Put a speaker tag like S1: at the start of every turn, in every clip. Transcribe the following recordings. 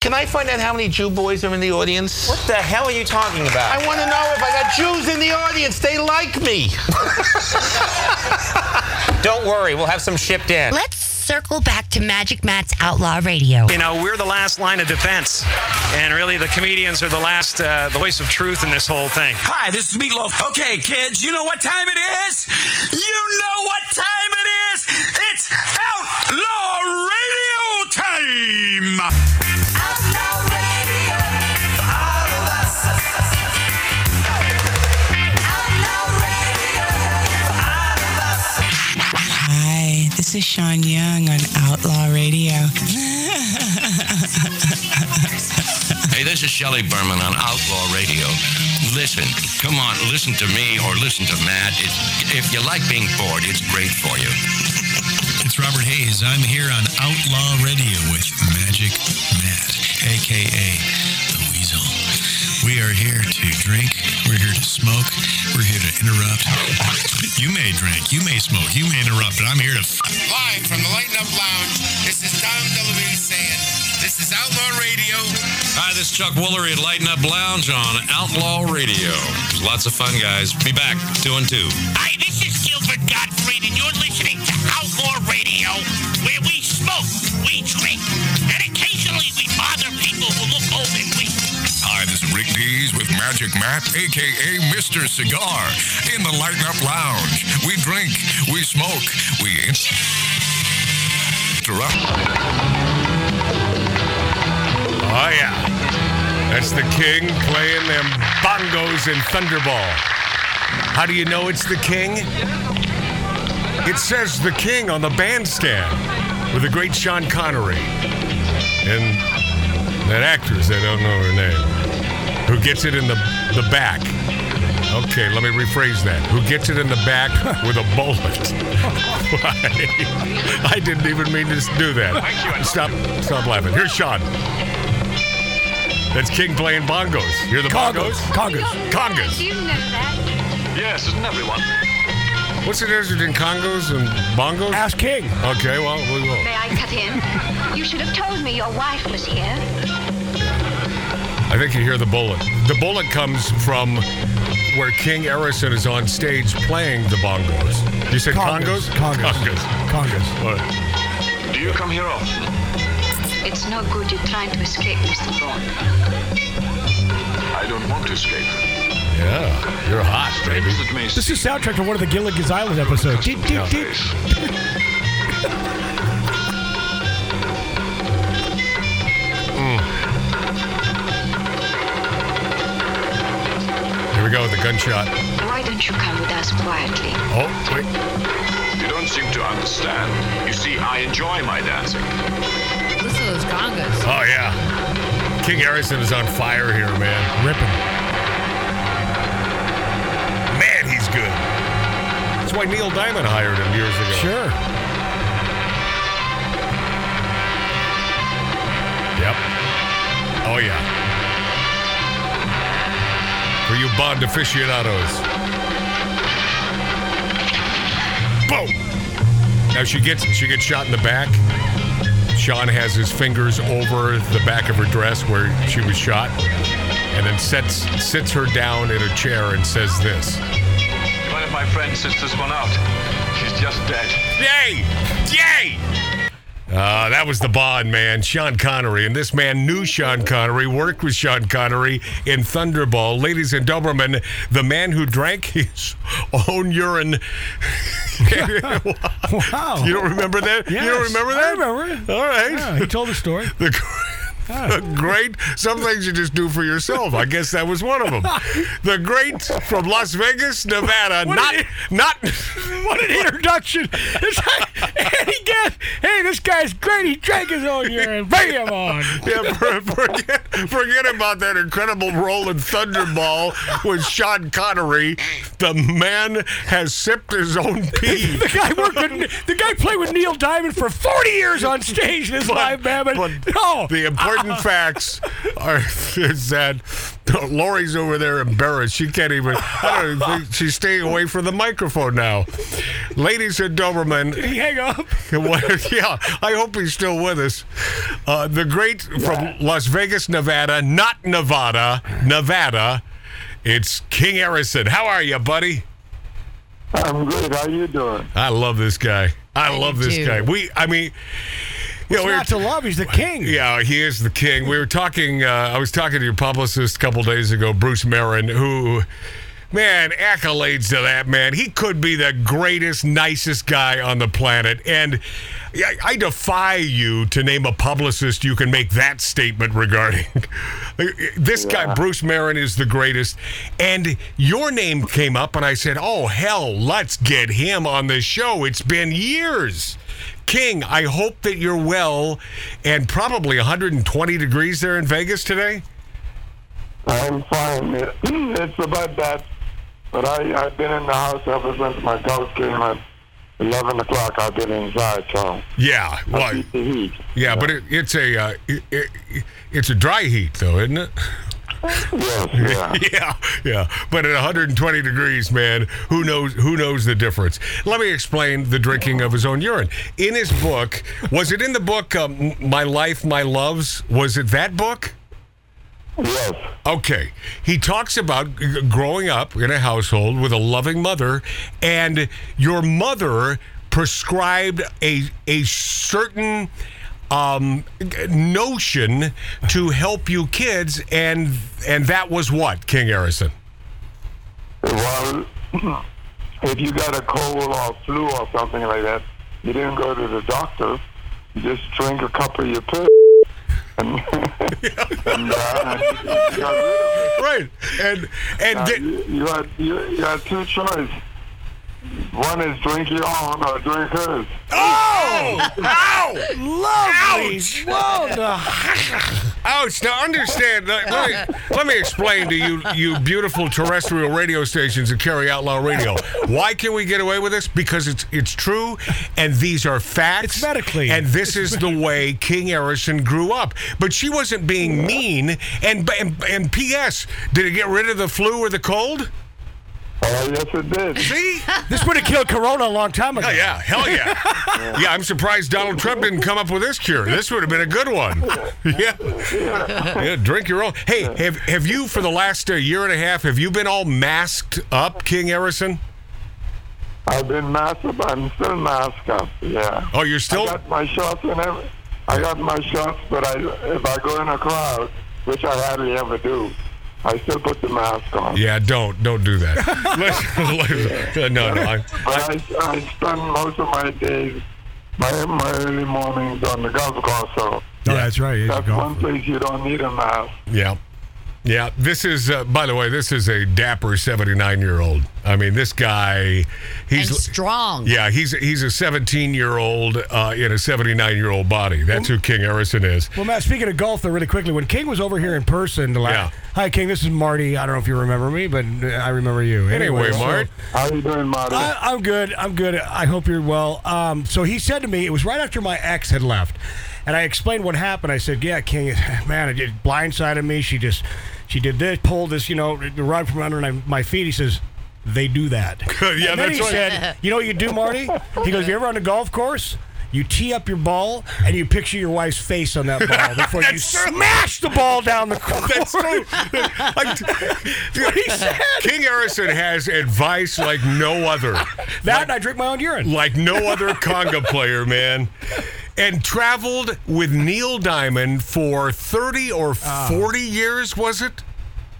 S1: Can I find out how many Jew boys are in the audience?
S2: What the hell are you talking about?
S1: I want to know if I got Jews in the audience. They like me.
S2: Don't worry, we'll have some shipped in.
S3: Let's circle back to Magic Matt's Outlaw Radio.
S4: You know, we're the last line of defense, and really the comedians are the last, uh, the voice of truth in this whole thing.
S5: Hi, this is Meatloaf. Okay, kids, you know what time it is? You know what time it is? It's Outlaw Radio time!
S6: Hi, this is Sean Young on Outlaw Radio.
S7: Hey, this is Shelly Berman on Outlaw Radio. Listen, come on, listen to me or listen to Matt. It, if you like being bored, it's great for you.
S8: It's Robert Hayes. I'm here on Outlaw Radio with Magic Matt, aka the Weasel. We are here to drink. We're here to smoke. We're here to interrupt. You may drink. You may smoke. You may interrupt. But I'm here to. F-
S9: Live from the Lighten Up Lounge, this is Dom DeLuise saying, this is Outlaw Radio.
S10: Hi, this is Chuck Woolery at Lighten Up Lounge on Outlaw Radio. Lots of fun, guys. Be back, two and two.
S11: Hi, this is Gilbert Gottfried, and you're listening to Outlaw Radio, where we smoke, we drink, and occasionally we bother people who look old and weak.
S12: Hi, this is Rick Dees with Magic Matt, aka Mr. Cigar, in the Lighten Up Lounge. We drink, we smoke, we interrupt.
S13: Oh, yeah. That's the king playing them bongos in Thunderball. How do you know it's the king? It says the king on the bandstand with the great Sean Connery. And that actress, I don't know her name, who gets it in the, the back. Okay, let me rephrase that. Who gets it in the back with a bullet? Why? I didn't even mean to do that. Stop, stop laughing. Here's Sean. That's King playing bongos. You're the
S14: Congos.
S13: bongos? Congas. Congas.
S14: you know that?
S15: Yes, isn't everyone?
S13: What's the difference between congos and bongos? Ask King. Okay, well, we will.
S14: May I cut in? You should have told me your wife was here.
S13: I think you hear the bullet. The bullet comes from where King Erison is on stage playing the bongos. You said congos?
S16: Congas.
S13: Congas.
S16: Congas.
S13: All right.
S15: Do you come here often?
S14: It's no good you trying to escape, Mr. Bond.
S15: I don't want to escape.
S13: Yeah, you're hot, baby.
S15: Strangers that may
S16: This is soundtrack from one of the Gilligan's Island episodes. Deep, deep, deep.
S15: face.
S13: Mm. Here we go with the gunshot.
S14: Why don't you come with us quietly?
S13: Oh, wait.
S15: You don't seem to understand. You see, I enjoy my dancing.
S17: Listen to those congas.
S13: Oh, yeah. King Erison is on fire here, man.
S16: Ripping.
S13: Man, he's good. That's why Neil Diamond hired him years ago.
S16: Sure.
S13: Yep. Oh, yeah. For you Bond aficionados. Boom! Now she gets she gets shot in the back. Sean has his fingers over the back of her dress where she was shot, and then sets sits her down in a chair and says this.
S15: You mind if my friend sits this one out? She's just dead.
S13: Yay! Yay! Uh, that was the Bond man, Sean Connery, and this man knew Sean Connery, worked with Sean Connery in Thunderball. Ladies and Doberman, the man who drank his own urine.
S16: Wow.
S13: you don't remember that? You don't
S16: Yes,
S13: remember
S16: I
S13: that?
S16: remember.
S13: All right.
S16: Yeah, he told the story.
S13: The, gr- the great, some things you just do for yourself. I guess that was one of them. The great from Las Vegas, Nevada. not, not.
S16: What an introduction! It's like, and he gets, hey, this guy's great. He drank his own urine. Bring him on.
S13: Yeah, for- forget, forget about that incredible role in Thunderball with Sean Connery. The man has sipped his own pee.
S16: The guy worked with, the guy played with Neil Diamond for 40 years on stage in his live band. But,
S13: but
S16: no,
S13: the important certain facts are is that Lori's over there embarrassed. She can't even. I don't even think she's staying away from the microphone now. Ladies and Doberman,
S16: Did he hang up?
S13: yeah, I hope he's still with us. Uh, the great from Las Vegas, Nevada, not Nevada, Nevada. It's King Harrison. How are you, buddy?
S18: I'm good. How you doing?
S13: I love this guy. I,
S18: I
S13: love
S18: do
S13: this
S18: too.
S13: guy. We, I mean, you know, we were
S16: not to love. He's the king.
S13: Yeah, he is the king. We were talking. Uh, I was talking to your publicist a couple days ago, Bruce Marin, who, man, accolades to that man. He could be the greatest, nicest guy on the planet, and I, I defy you to name a publicist you can make that statement regarding. this guy, Bruce Marin, is the greatest. And your name came up, and I said, "Oh hell, let's get him on the show." It's been years. King, I hope that you're well and probably 120 degrees there in Vegas today.
S18: I'm fine. It- It's about that. But I, I've been in the house ever since my Cubs game at 11 o'clock. I've been inside, so.
S13: Yeah, well,
S18: beat the heat.
S13: yeah, but it, it's a uh, it, it, it's a dry heat though, isn't it?
S18: yeah.
S13: yeah, yeah. But at 120 degrees, man, who knows? Who knows the difference? Let me explain the drinking of his own urine. In his book, was it in the book um, "My Life, My Loves"? Was it that book?
S18: Yes.
S13: Okay. He talks about g- growing up in a household with a loving mother, and your mother prescribed a a certain um, g- notion to help you kids, and and that was what King Harrison.
S18: Well, if you got a cold or flu or something like that, you didn't go to the doctor. You just drink a cup of your pill. and, and, uh, you got rid of it.
S13: Right. And and
S18: you, you had you, you had two choices. One is drink your own or drink hers.
S13: Oh!
S16: Ow! Lovely.
S13: Ouch!
S16: Whoa, the
S13: Ouch! Now understand. Let, let me, let me explain to you, you beautiful terrestrial radio stations that carry outlaw radio. Why can we get away with this? Because it's it's true, and these are facts. It's medically, and this is the way King Harrison grew up. But she wasn't being mean. And and, and P.S. Did it get rid of the flu or the cold?
S18: Oh yes, it did.
S13: See,
S16: this would have killed Corona a long time ago.
S13: Hell yeah! Hell yeah! yeah, I'm surprised Donald Trump didn't come up with this cure. This would have been a good one. yeah. yeah, drink your own. Hey, have have you for the last uh, year and a half? Have you been all masked up, King Harrison?
S18: I've been masked up. I'm still masked up. Yeah.
S13: Oh, you're still.
S18: I got my shots and every, I got my shots, but I if I go in a crowd, which I hardly ever do, I still put the mask on.
S13: Yeah, don't don't do that. Let's- let's- no, no. I,
S18: But I, I spend most of my days, my my early mornings on the golf course. So
S13: No, that's right.
S18: that's one place you don't need a mask.
S13: Yeah. Yeah, this is, uh, by the way, this is a dapper 79 year old. I mean, this guy, he's
S17: And strong.
S13: Yeah, he's he's a 17 year old uh, in a 79 year old body. That's who King Harrison is.
S16: Well, Matt, speaking of golf, though, really quickly, when King was over here in person, the last, hi, King, this is Marty. I don't know if you remember me, but uh, I remember you.
S13: Anyway,
S16: so-
S13: Mart.
S18: How you doing, Marty?
S16: I, I'm good. I'm good. I hope you're well. Um, so he said to me, it was right after my ex had left, and I explained what happened. I said, "Yeah, King, man, it just blindsided me. She just, she did this, pulled this, you know, the rug from under my- my feet." He says, "They do that."
S13: yeah,
S16: and then
S13: that's
S16: he
S13: right.
S16: said, "You know what you do, Marty?" He goes, "You ever on a golf course?" You tee up your ball and you picture your wife's face on that ball before you smash the ball down the court. That's true. what he said.
S13: King Harrison has advice like no other.
S16: That and I drink my own urine.
S13: Like no other conga player, man. And traveled with Neil Diamond for 30 or
S16: Ah.
S13: 40 years, was it?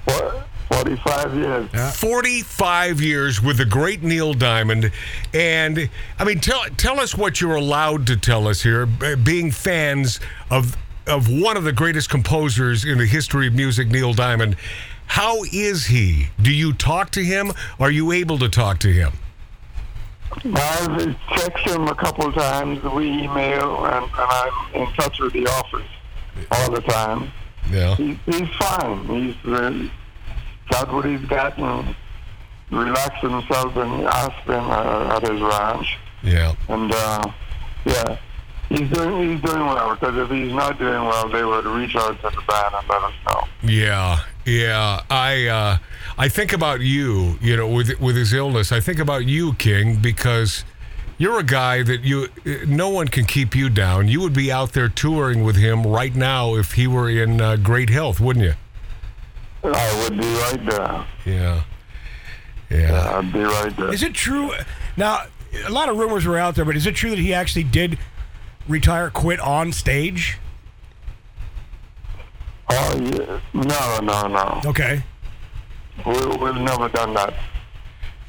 S18: What? 45 years.
S13: 45 years with the great Neil Diamond. And I mean, tell, tell us what you're allowed to tell us here, b- being fans of, of one of the greatest composers in the history of music, Neil Diamond. How is he? Do you talk to him? Are you able to talk to him?
S18: I've texted him a couple times. We email, and, and I'm in touch with the office all the time.
S13: Yeah.
S18: He, he's fine. He's uh, got what he's got and relaxed himself in Aspen uh, at his ranch.
S13: Yeah.
S18: And uh, yeah, He's doing he's doing well because if he's not doing well, they would reach out to the band and let us know.
S13: Yeah, yeah. I uh, I think about you, you know, with with his illness. I think about you, King, because you're a guy that you no one can keep you down. You would be out there touring with him right now if he were in uh, great health, wouldn't you?
S18: I would be right there.
S13: Yeah. Yeah.
S18: I'd be right there.
S16: Is it true? Now, a lot of rumors were out there, but is it true that he actually did retire, quit on stage?
S18: Oh yeah. No, no, no.
S16: Okay.
S18: We, we've never done that.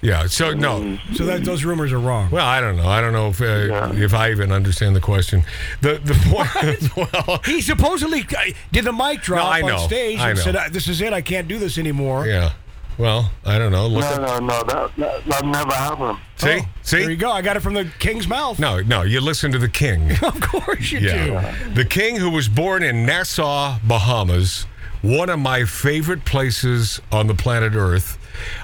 S13: Yeah. So no.
S16: So that those rumors are wrong.
S13: Well, I don't know. I don't know if uh, if I even understand the question. The the point. well,
S16: He supposedly uh, did the mic drop
S13: I know.
S16: on stage
S13: I
S16: and
S13: know.
S16: said, "Uh, "This is it. I can't do this anymore."
S13: yeah. Well, I don't know. Look
S18: no,
S13: at,
S18: no, no. That, that that never happened.
S13: see, see.
S16: oh, There you go. I got it from the king's mouth.
S13: No, no. You listen to the king.
S16: Of course you
S13: yeah. The king who was born in Nassau, Bahamas, one of my favorite places on the planet Earth.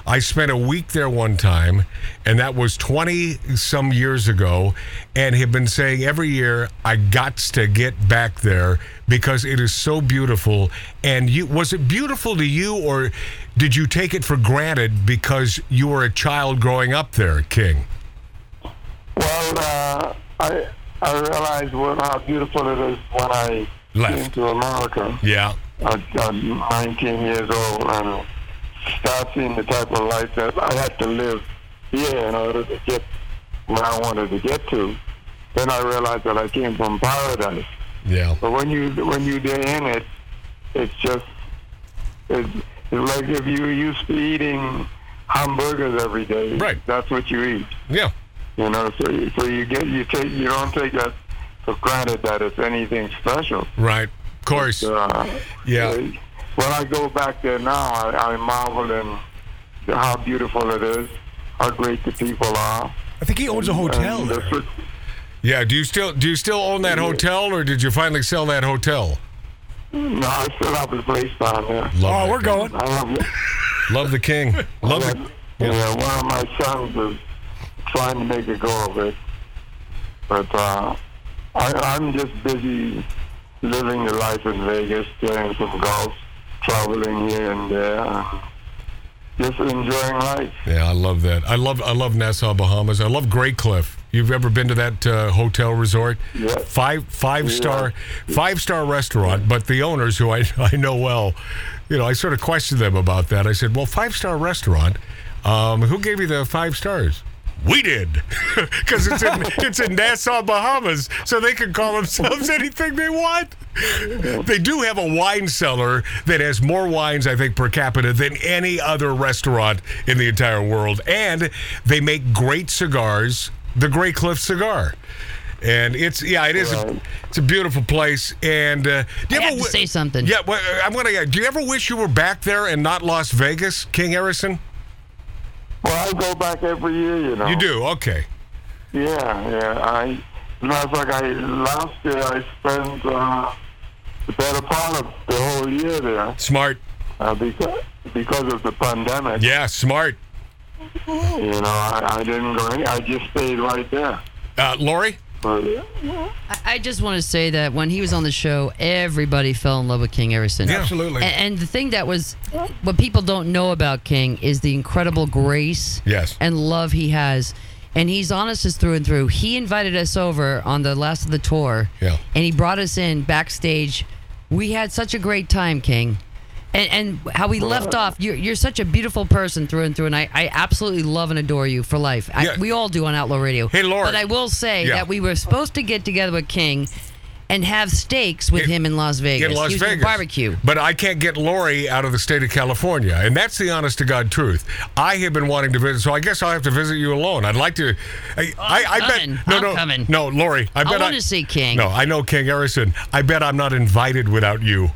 S13: I spent a week there one time, and that was 20 some years ago, and have been saying every year, I got to get back there because it is so beautiful. And you was it beautiful to you, or did you take it for granted because you were a child growing up there, King?
S18: Well, uh, I I realized what, how beautiful it is when I came
S13: Left.
S18: to America
S13: Yeah.
S18: at, at 19 years old and start seeing the type of life that I had to live here in order to get where I wanted to get to. Then I realized that I came from paradise.
S13: Yeah.
S18: But when you when you get in it, it's just it's, it's like if you're used to eating hamburgers every day. Right. That's what you eat.
S13: Yeah.
S18: You know, so you, so you get you take you don't take that for granted that it's anything special.
S13: Right. Of course.
S18: Uh,
S13: Yeah.
S18: When I go back there now, I, I marvel in how beautiful it is, how great the people are.
S16: I think he owns a hotel.
S18: Um,
S16: there.
S13: Yeah, do you still do you still own that hotel, or did you finally sell that hotel?
S18: No, I still have the place down there.
S13: Love
S16: oh,
S13: that
S16: we're
S13: guy.
S16: going.
S18: I have,
S13: Love the king. Love the.
S18: Yeah. one of my sons is trying to make a go of it, but uh, I, I'm just busy living the life in Vegas, playing some golf, traveling here and there, just enjoying life.
S13: Yeah, I love that. I love I love Nassau, Bahamas. I love Great Cliff. You've ever been to that uh, hotel resort?
S18: Yeah.
S13: Five five star five star restaurant, but the owners who I I know well, you know, I sort of questioned them about that. I said, "Well, five star restaurant. Um, who gave you the five stars?" We did, because it's in it's in Nassau, Bahamas, so they can call themselves anything they want. They do have a wine cellar that has more wines, I think, per capita than any other restaurant in the entire world, and they make great cigars. The Grey Cliff cigar, and it's yeah, it is. A, it's a beautiful place, and uh, do you
S17: I
S13: ever
S17: have to
S13: wi-
S17: say something.
S13: Yeah, well, uh, I'm gonna. Do you ever wish you were back there and not Las Vegas, King Harrison?
S18: Well, I go back every year, you know.
S13: You do okay.
S18: Yeah, yeah. I, as a matter of fact, I last year I spent uh, the better part of the whole year there
S13: Smart.
S18: uh, because because of the pandemic.
S13: Yeah, smart.
S18: You know, I, I didn't go any. I just stayed right there.
S13: Uh, Lori?
S18: But,
S17: I- I just want to say that when he was on the show, everybody fell in love with King Everson.
S16: Yeah. Absolutely.
S17: A- And, the thing that was, what people don't know about King is the incredible grace
S13: Yes.
S17: and love he has. And he's honest as through and through. He invited us over on the last of the tour.
S13: Yeah.
S17: And he brought us in backstage. We had such a great time, King. And, and how we left
S13: uh,
S17: off, you're, you're such a beautiful person through and through. And I, I absolutely love and adore you for life. I,
S13: Yeah.
S17: We all do on Outlaw Radio.
S13: Hey, Lori.
S17: But I will say
S13: Yeah.
S17: that we were supposed to get together with King and have steaks with him in Las Vegas.
S13: In Las
S17: He was gonna
S13: Vegas.
S17: Barbecue.
S13: But I can't get Lori out of the state of California. And that's the honest to God truth. I have been wanting to visit, so I guess I'll have to visit you alone. I'd like to. I, I, I
S17: coming.
S13: bet. No,
S17: Oh, I'm
S13: no.
S17: coming.
S13: No, Lori. I
S17: I,
S13: bet
S17: want to see King.
S13: No, I know King Harrison. I bet I'm not invited without you.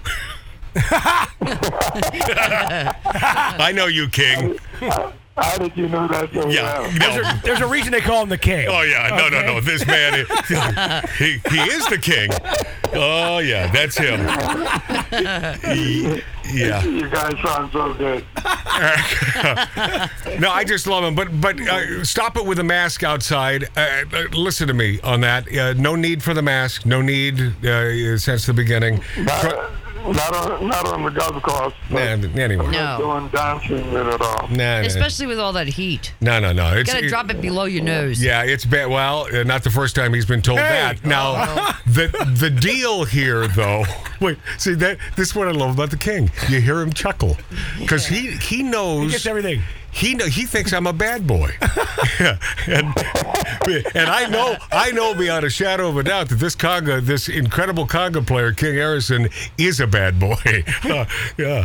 S13: I know you, King.
S18: How did you know that so
S13: Yeah,
S18: well?
S13: no.
S16: There's a, there's a reason they call him the king.
S13: Oh yeah, no, no,
S16: Okay?
S13: no. This man, is, he he is the king. Oh yeah, that's him. Y- Yeah.
S18: You guys sound so good.
S13: no, I just love him. But but uh, stop it with the mask outside. Uh, uh, listen to me on that. Uh, no need for the mask. No need uh, since the beginning. Tr-
S18: Not on, not on the golf course.
S13: Nah, anyway.
S18: I'm not doing dancing with it all.
S13: Nah, nah.
S17: Especially with all that heat.
S13: No, no, no.
S17: You gotta drop it below your nose.
S13: Yeah, it's bad. Well, uh, not the first time he's been told
S17: Hey!
S13: that. Now, the the deal here, though. Wait, see that this is what I love about the king. You hear him chuckle because he he knows
S16: He gets everything.
S13: He know, he thinks I'm a bad boy, Yeah, and and I know I know beyond a shadow of a doubt that this conga, this incredible conga player, King Harrison, is a bad boy. Uh, yeah.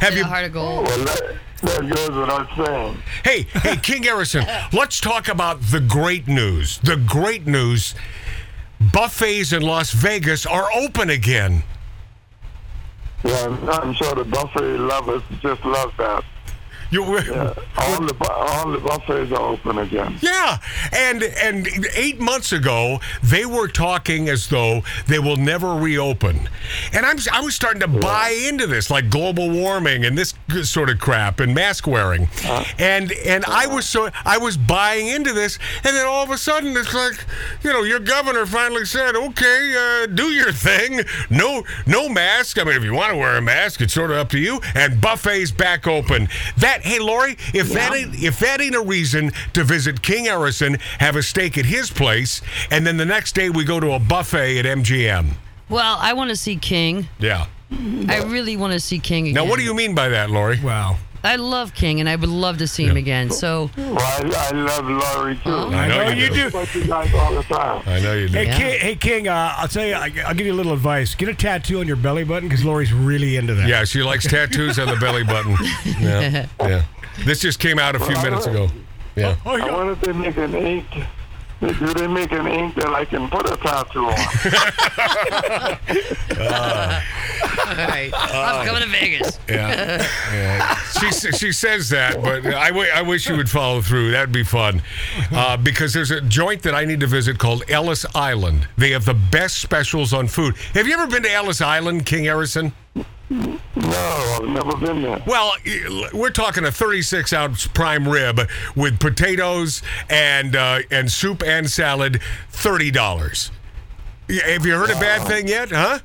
S13: Have you
S17: heart of gold?
S18: Well, that, that goes without saying.
S13: Hey, hey, King Harrison, let's talk about the great news. The great news buffets in Las Vegas are open again.
S18: Yeah, I'm, I'm sure the buffet lovers just love that.
S13: You,
S18: yeah, all the bu- all the buffets are open again.
S13: Yeah, and and eight months ago they were talking as though they will never reopen, and I'm I was starting to buy into this like global warming and this g- sort of crap and mask wearing, and and I was so I was buying into this, and then all of a sudden it's like you know Oh, your governor finally said okay uh, do your thing no no mask I mean if you want to wear a mask it's sort of up to you and buffets back open that hey Lori if that ain't if that ain't a reason to visit King Harrison, have a steak at his place, and then the next day we go to a buffet at MGM.
S17: Well, I want to see King.
S13: Yeah.
S17: I really want to see King again.
S13: Now, what do you mean by that, Lori? Wow.
S17: I love King, and I would love to see him again. So,
S18: Well, I, I love Laurie too.
S13: I know I know you you do.
S18: But you guys all the time.
S13: I know you do.
S16: Hey, King, hey, King uh, I'll tell you, I, I'll give you a little advice. Get a tattoo on your belly button because Lori's really into that.
S13: Yeah, she likes tattoos on the belly button. Yeah. yeah. This just came out a few minutes ago. Yeah.
S16: Oh,
S18: I wonder if they make an ink. Do they make an ink that I can put a tattoo on?
S17: all right,
S13: Uh,
S17: I'm coming to Vegas.
S13: Yeah. yeah. She s- she says that, but I wi- I wish you would follow through. That'd be fun, uh, because there's a joint that I need to visit called Ellis Island. They have the best specials on food. Have you ever been to Ellis Island, King Harrison?
S18: no, I've never been there.
S13: Well, y- we're talking a 36 ounce prime rib with potatoes and uh, and soup and salad, thirty dollars. Have you heard a bad thing yet, huh?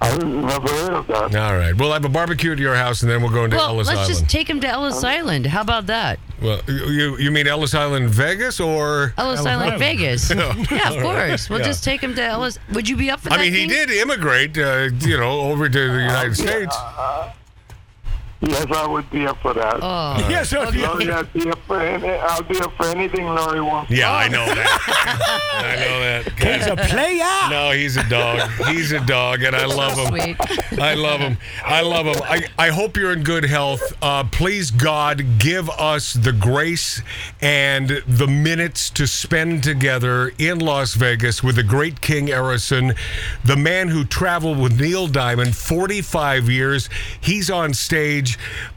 S18: I've never heard of that.
S13: All right, we'll have a barbecue at your house, and then we'll go into
S17: well,
S13: Ellis
S17: let's
S13: Island.
S17: just take him to Ellis Island. How about that?
S13: Well, you you mean Ellis Island, Vegas, or
S17: Ellis Island, Vegas.
S13: No.
S17: yeah, of
S13: All right.
S17: course. We'll
S13: Yeah.
S17: just take him to Ellis. Would you be up for that?
S13: I mean, he
S17: King?
S13: did immigrate, uh, you know, over to the United
S18: yeah.
S13: States.
S18: Yes, I would be up for that.
S17: Oh.
S16: Yes, I'd be up
S18: Laurie, I'd be up for any, I'll be up for anything Laurie wants.
S13: Yeah, I know that. I know that.
S16: He's a player.
S13: No, he's a dog. He's a dog, and I love him.
S17: Sweet.
S13: I love him. I love him. I, I hope you're in good health. Uh, please, God, give us the grace and the minutes to spend together in Las Vegas with the great King Harrison, the man who traveled with Neil Diamond 45 years. He's on stage.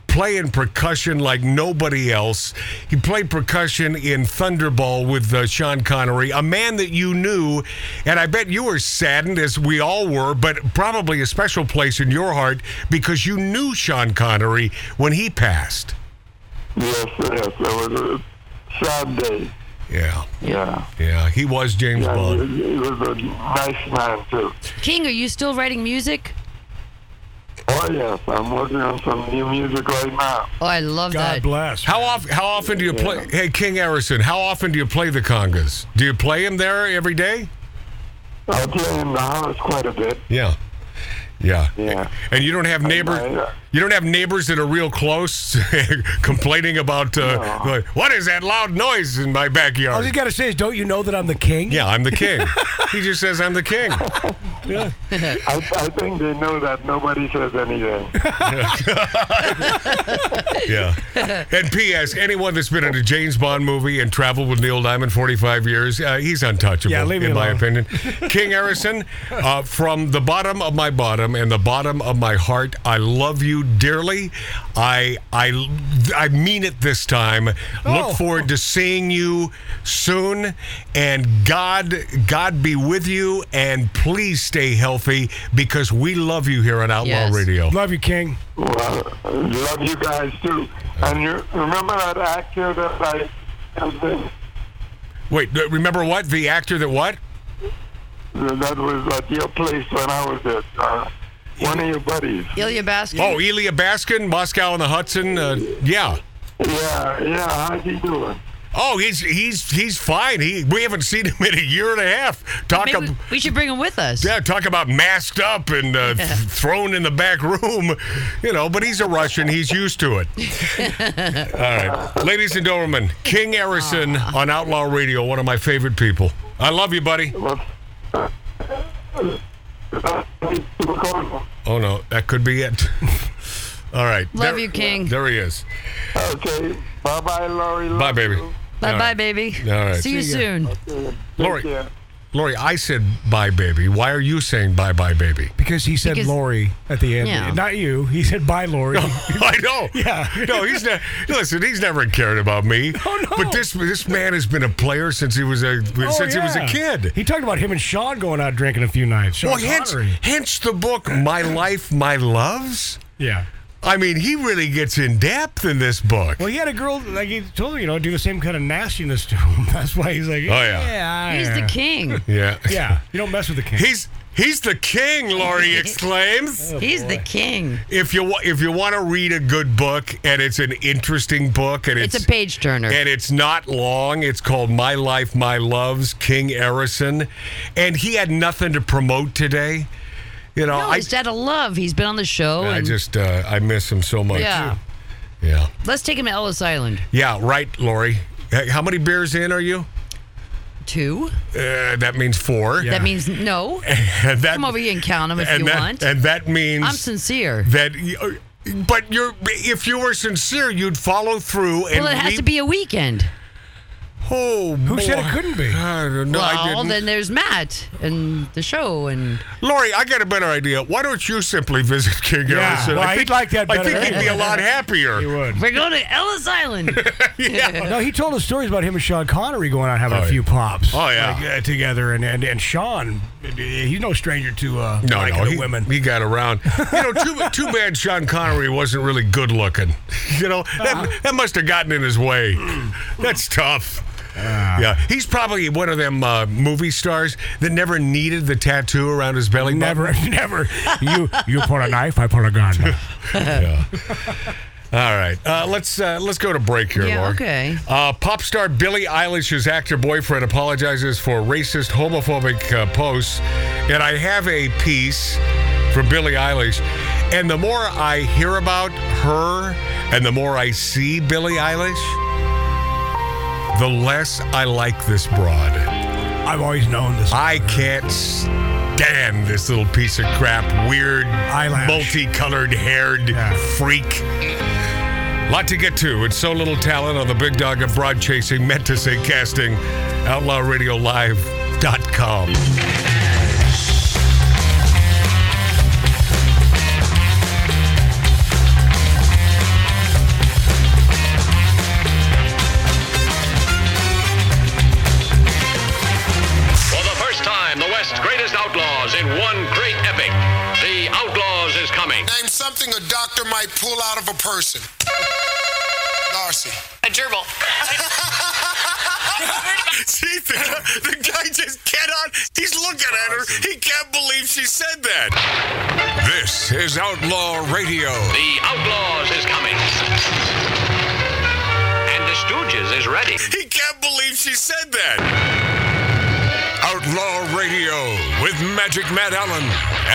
S13: Playing percussion like nobody else. He played percussion in Thunderball with uh, Sean Connery, a man that you knew, and I bet you were saddened, as we all were, but probably a special place in your heart because you knew Sean Connery when he passed.
S18: Yes, yes, it was a sad day.
S13: Yeah,
S18: Yeah.
S13: yeah, he was James
S18: Yeah,
S13: Bond.
S18: he, he was a nice man too.
S17: King, are you still writing music?
S18: Oh yes, I'm working on some new music right now.
S17: Oh, I love that.
S16: bless.
S13: How often? How often do you play? Hey, King Harrison, how often do you play the congas? Do you play him there every day?
S18: I play in the house quite a bit.
S13: Yeah, yeah,
S18: Yeah.
S13: And you don't have neighbors. You don't have neighbors that are real close, complaining about uh, like, what is that loud noise in my
S16: All
S13: backyard?
S16: Oh, you got to say is, don't you know that I'm the king?
S13: Yeah, I'm the king. he just says I'm the king.
S18: I, I think they know that nobody says anything.
S13: Yeah. And P.S. Anyone that's been in a James Bond movie and traveled with Neil Diamond 45 years, uh, he's untouchable,
S16: Yeah, leave me
S13: in my
S16: alone.
S13: opinion. King Harrison, uh, from the bottom of my bottom, am in the bottom of my heart. I love you dearly. I I I mean it this time.
S16: Oh.
S13: Look forward to seeing you soon. And God God be with you. And please stay healthy because we love you here on Outlaw Radio.
S16: Love you, King.
S18: Well, love you guys too. And you remember that actor that I
S13: Wait, th- remember what the actor that what?
S18: that was at your place when I was there. Uh, one of your buddies.
S17: Ilya Baskin.
S13: Oh, Elia Baskin, Moscow and the Hudson. Uh, yeah.
S18: Yeah, yeah. How's he doing?
S13: Oh, he's he's he's fine. He we haven't seen him in a year and a half. Talk
S17: Maybe
S13: ab-
S17: we, we should bring him with us.
S13: yeah, talk about masked up and uh, th- thrown in the back room, you know. But he's a Russian; he's used to it. All right, ladies and gentlemen, King Arison on Outlaw Radio, one of my favorite people. I love you, buddy. Oh no, that could be it. All right,
S17: Love
S13: there-
S17: you, King.
S13: There he is.
S18: Okay. Bye bye, Laurie.
S13: Bye, baby.
S17: Bye
S13: All
S17: bye,
S13: right.
S17: baby.
S13: All right.
S17: See you
S13: See ya.
S17: soon.
S13: Lori, Lori, I said bye, baby. Why are you saying bye, bye, baby?
S16: Because he said
S17: Because-
S16: Lori at the end.
S17: Yeah.
S16: Not you. He said bye, Lori.
S13: I know.
S16: Yeah.
S13: No, he's not. Listen, he's never cared about me.
S16: Oh, no. Oh,
S13: But this this man has been a player since he was a since he was a
S16: yeah.
S13: kid.
S16: He talked about him and Sean going out drinking a few nights. Sean
S13: Well, hence,
S16: Connery.
S13: hence the book, My Life, My Loves.
S16: Yeah.
S13: I mean, he really gets in depth in this book.
S16: Well, he had a girl, like he told her, you know, do the same kind of nastiness to him. That's why he's like,
S13: Oh, yeah.
S16: I-
S17: He's the king.
S13: Yeah.
S16: Yeah. You don't mess with the king.
S13: He's he's the king, Laurie exclaims.
S17: He's the king.
S13: If you wa- if you want to read a good book and it's an interesting book and it's,
S17: It's a page turner.
S13: and it's not long, it's called My Life, My Loves, King Arison, and he had nothing to promote today. You know,
S17: No,
S13: I
S17: he's out of love. He's been on the show.
S13: I
S17: and
S13: just uh, I miss him so much.
S17: Yeah.
S13: yeah,
S17: Let's take him to Ellis Island.
S13: yeah. Right, Lori. Hey, How many beers in are you?
S17: Two.
S13: Uh, that means four.
S17: That means no.
S13: And that-
S17: Come over here and count them if
S13: and
S17: you
S13: that,
S17: want.
S13: And that means
S17: I'm sincere.
S13: that you- but you're if you were sincere you'd follow through and
S17: Well, it has
S13: we-
S17: to be a weekend.
S13: oh
S16: Who said
S13: boy.
S16: it couldn't be?
S13: I don't know, I
S17: well,
S13: didn't.
S17: then there's Matt and the show and
S13: Lori, I got a better idea. Why don't you simply visit King
S16: Yeah,
S13: Ellison?
S16: well,
S13: I
S16: he'd
S13: think,
S16: like that
S13: I
S16: better.
S13: think he'd be a lot happier.
S16: He would.
S17: we're going to Ellis Island.
S16: No, he told us stories about him and Sean Connery going out having
S13: Oh,
S16: a few pops.
S13: Oh, yeah.
S16: like, uh, together and, and and Sean, he's no stranger to uh,
S13: No,
S16: liking
S13: no,
S16: the
S13: he,
S16: women.
S13: he got around. You know, too, too bad Sean Connery wasn't really good looking. You know, that, that must have gotten in his way. That's tough. yeah, he's probably one of them uh, movie stars that never needed the tattoo around his belly. button.
S16: Never, never. You you pull a knife, I pull a gun.
S13: Yeah. All right, uh, let's uh, let's go to break here,
S17: Yeah,
S13: Laura.
S17: okay.
S13: Uh, pop star Billie Eilish's actor boyfriend apologizes for racist, homophobic uh, posts, and I have a piece from Billie Eilish. And the more I hear about her, and the more I see Billie Eilish, the less I like this broad.
S16: I've always known this.
S13: I can't stand this little piece of crap, weird,
S16: Eyelash.
S13: multicolored haired freak. Lot to get to. It's so little talent on the big dog of broad chasing, meant to say casting, outlawradiolive.com.
S19: For the first time, the West's greatest outlaws in one great epic. The Outlaws is coming.
S9: Name something a doctor might pull out of a person. Darcy.
S11: A gerbil.
S13: See, the, the guy just cannot. He's looking at her. He can't believe she said that.
S12: This is Outlaw Radio.
S19: The Outlaws is coming. And the Stooges is ready.
S13: He can't believe she said that.
S12: Outlaw Radio with Magic Matt Allen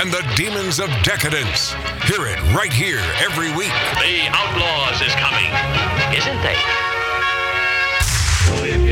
S12: and the Demons of Decadence. Hear it right here every week.
S19: The Outlaws is coming. Isn't they?
S11: Boy,